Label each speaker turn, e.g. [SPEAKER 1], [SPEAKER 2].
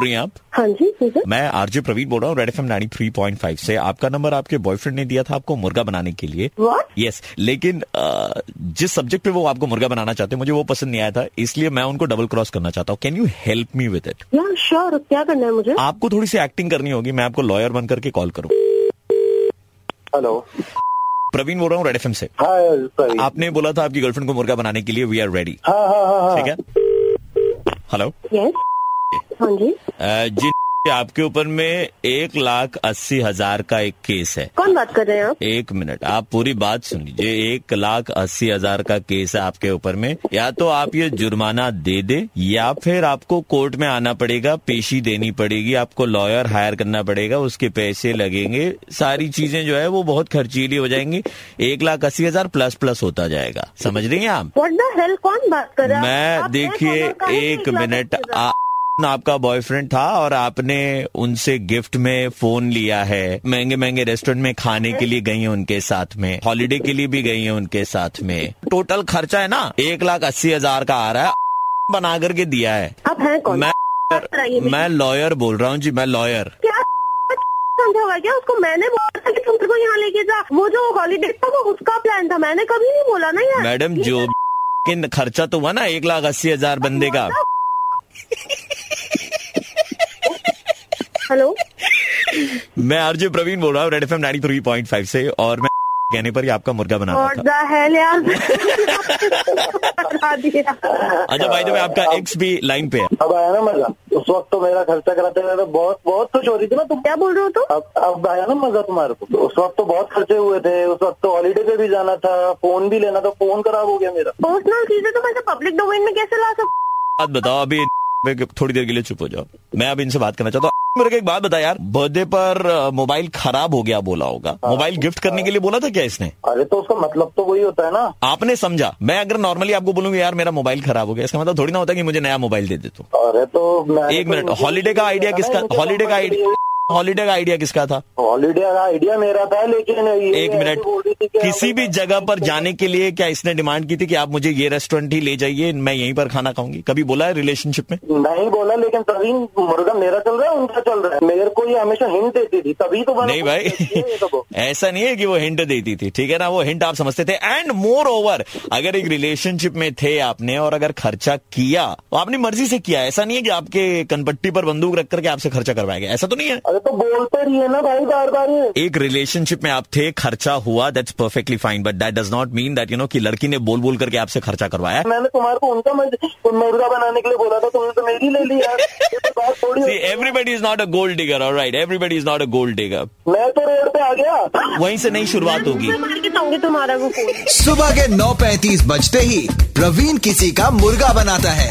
[SPEAKER 1] रही हैं आप
[SPEAKER 2] हाँ जी जी सर
[SPEAKER 1] मैं आरजे प्रवीण बोल रहा हूँ Red F M three point five से आपका नंबर आपके बॉयफ्रेंड ने दिया था आपको मुर्गा बनाने के लिए
[SPEAKER 2] What?
[SPEAKER 1] यस लेकिन अ, जिस सब्जेक्ट पे वो आपको मुर्गा बनाना चाहते हैं मुझे वो पसंद नहीं आया था इसलिए मैं उनको डबल क्रॉस करना चाहता हूँ can you help me with it
[SPEAKER 2] या श्योर क्या करना है मुझे
[SPEAKER 1] आपको थोड़ी सी एक्टिंग करनी होगी मैं आपको लॉयर बन करके कॉल करूँ
[SPEAKER 3] हेलो
[SPEAKER 1] प्रवीण बोल रहा हूँ रेड एफ से
[SPEAKER 3] हाय सॉरी हाँ
[SPEAKER 1] आपने बोला था आपकी गर्लफ्रेंड को मुर्गा बनाने के लिए वी आर रेडी
[SPEAKER 3] हाँ हाँ
[SPEAKER 1] ठीक
[SPEAKER 3] हाँ
[SPEAKER 1] है हेलो
[SPEAKER 2] यस हाँ जी
[SPEAKER 1] अ, जी आपके ऊपर में एक लाख अस्सी हजार का एक केस है
[SPEAKER 2] कौन बात कर रहे हैं आप
[SPEAKER 1] एक मिनट आप पूरी बात सुन लीजिए एक लाख अस्सी हजार का केस है आपके ऊपर में या तो आप ये जुर्माना दे दे या फिर आपको कोर्ट में आना पड़ेगा पेशी देनी पड़ेगी आपको लॉयर हायर करना पड़ेगा उसके पैसे लगेंगे सारी चीजें जो है वो बहुत खर्चीली हो जाएंगी एक लाख अस्सी हजार प्लस प्लस होता जाएगा समझ रही हैं आप
[SPEAKER 2] व्हाट द हेल कौन बात कर रहे हैं आप-
[SPEAKER 1] मैं
[SPEAKER 2] आप
[SPEAKER 1] देखिए
[SPEAKER 2] एक और
[SPEAKER 1] एक
[SPEAKER 2] कहाँ से
[SPEAKER 1] मिनट
[SPEAKER 2] इतना
[SPEAKER 1] आ- आपका बॉयफ्रेंड था और आपने उनसे गिफ्ट में फोन लिया है महंगे महंगे रेस्टोरेंट में खाने के लिए गई हैं उनके साथ में हॉलीडे के लिए भी गई हैं उनके साथ में टोटल खर्चा है ना एक लाख अस्सी हजार का आ रहा है बना करके दिया है
[SPEAKER 2] आप हैं कौन
[SPEAKER 1] मैं
[SPEAKER 2] बात कराइए मेरी।
[SPEAKER 1] मैं लॉयर बोल रहा हूँ जी मैं लॉयर
[SPEAKER 2] क्या समझा हुआ है क्या उसको मैंने बोला था कि तुम तेरे को यहाँ लेके जा वो जो हॉलीडे था वो उसका प्लान था मैंने कभी नहीं बोला ना यार
[SPEAKER 1] मैडम जो किन खर्चा तो हुआ ना एक लाख अस्सी हजार बंदे का
[SPEAKER 2] हेलो
[SPEAKER 1] मैं आरजे प्रवीण बोल रहा हूँ Red F M nine three point five से और मैं कहने पर ही आपका मुर्गा बना रहा
[SPEAKER 2] व्हाट
[SPEAKER 1] हाँ, था
[SPEAKER 2] द हेल यार बता दिया
[SPEAKER 1] अच्छा भाई तो आपका एक्स भी लाइन पे है
[SPEAKER 3] अब आया ना मजा उस वक्त तो मेरा खर्चा कराते हुए तो बहुत बहुत खुश हो रही थी ना तुम
[SPEAKER 2] क्या बोल रहे हो तुम
[SPEAKER 3] अब अब आया ना मजा तुम्हारे को उस वक्त तो बहुत खर्चे हुए थे उस वक्त तो हॉलीडे पे भी जाना था फोन भी लेना था फोन खराब हो गया मेरा
[SPEAKER 2] पर्सनल चीजें तो मैं पब्लिक डोमेन में कैसे ला सकती
[SPEAKER 1] बात बताओ अभी मैं थोड़ी देर के लिए चुप हो जाओ मैं अब इनसे बात करना चाहता हूँ मेरे को एक बात बता यार बर्थडे पर अ, मोबाइल खराब हो गया बोला होगा
[SPEAKER 3] हाँ।
[SPEAKER 1] मोबाइल गिफ्ट करने के लिए बोला था क्या इसने
[SPEAKER 3] अरे तो उसका मतलब तो वही होता है ना
[SPEAKER 1] आपने समझा मैं अगर नॉर्मली आपको बोलूंगा यार मेरा मोबाइल खराब हो गया इसका मतलब थोड़ी ना होता कि मुझे नया मोबाइल दे दे तो
[SPEAKER 3] अरे तो मैं
[SPEAKER 1] एक मिनट हॉलीडे का आइडिया किसका हॉलीडे का आइडिया हॉलीडे का आइडिया किसका था
[SPEAKER 3] हॉलीडे का आइडिया मेरा था लेकिन ये
[SPEAKER 1] एक
[SPEAKER 3] ऐसे
[SPEAKER 1] मिनट
[SPEAKER 3] बोल रही थी कि तो-
[SPEAKER 1] किसी
[SPEAKER 3] हम-
[SPEAKER 1] भी जगह पर जाने के लिए क्या इसने डिमांड की थी कि आप मुझे ये रेस्टोरेंट ही ले जाइए मैं यहीं पर खाना खाऊंगी कभी बोला है रिलेशनशिप में
[SPEAKER 3] नहीं बोला लेकिन प्रवीण मुर्गा मेरा चल रहा है उनका चल रहा है मेरे को ये हमेशा हिंट देती थी तभी तो मैंने
[SPEAKER 1] नहीं
[SPEAKER 3] कुछ किया ये
[SPEAKER 1] भाई
[SPEAKER 3] सबको।
[SPEAKER 1] ऐसा नहीं है कि वो हिंट देती थी ठीक है ना वो हिंट आप समझते थे एंड मोर ओवर अगर एक रिलेशनशिप में थे आपने और अगर खर्चा किया तो आपने मर्जी से किया ऐसा नहीं है कि आपके कनपट्टी पर बंदूक रख करके आपसे खर्चा करवाया गया ऐसा तो नहीं है
[SPEAKER 3] अरे तो बोलते रहिए ना भाई बार बार ये
[SPEAKER 1] एक रिलेशनशिप में आप थे खर्चा हुआ that's perfectly fine but that does not mean that you know कि लड़की ने बोल बोल करके आपसे खर्चा करवाया
[SPEAKER 3] मैंने तुम्हारे को उनका मज- मुर्गा बनाने के लिए बोला था तुमने तो मेरी ले ली यार ये तो बात थोड़ी
[SPEAKER 1] See,
[SPEAKER 3] होती है।
[SPEAKER 1] everybody is not a gold digger, all right? Everybody is not a gold digger.
[SPEAKER 3] मैं तो रोड पे आ गया
[SPEAKER 1] वहीं से नई शुरुआत होगी
[SPEAKER 2] मार के ताऊंगी तुम्हारा वो फोन
[SPEAKER 4] सुबह के 9:35 बजते ही प्रवीण किसी का मुर्गा बनाता है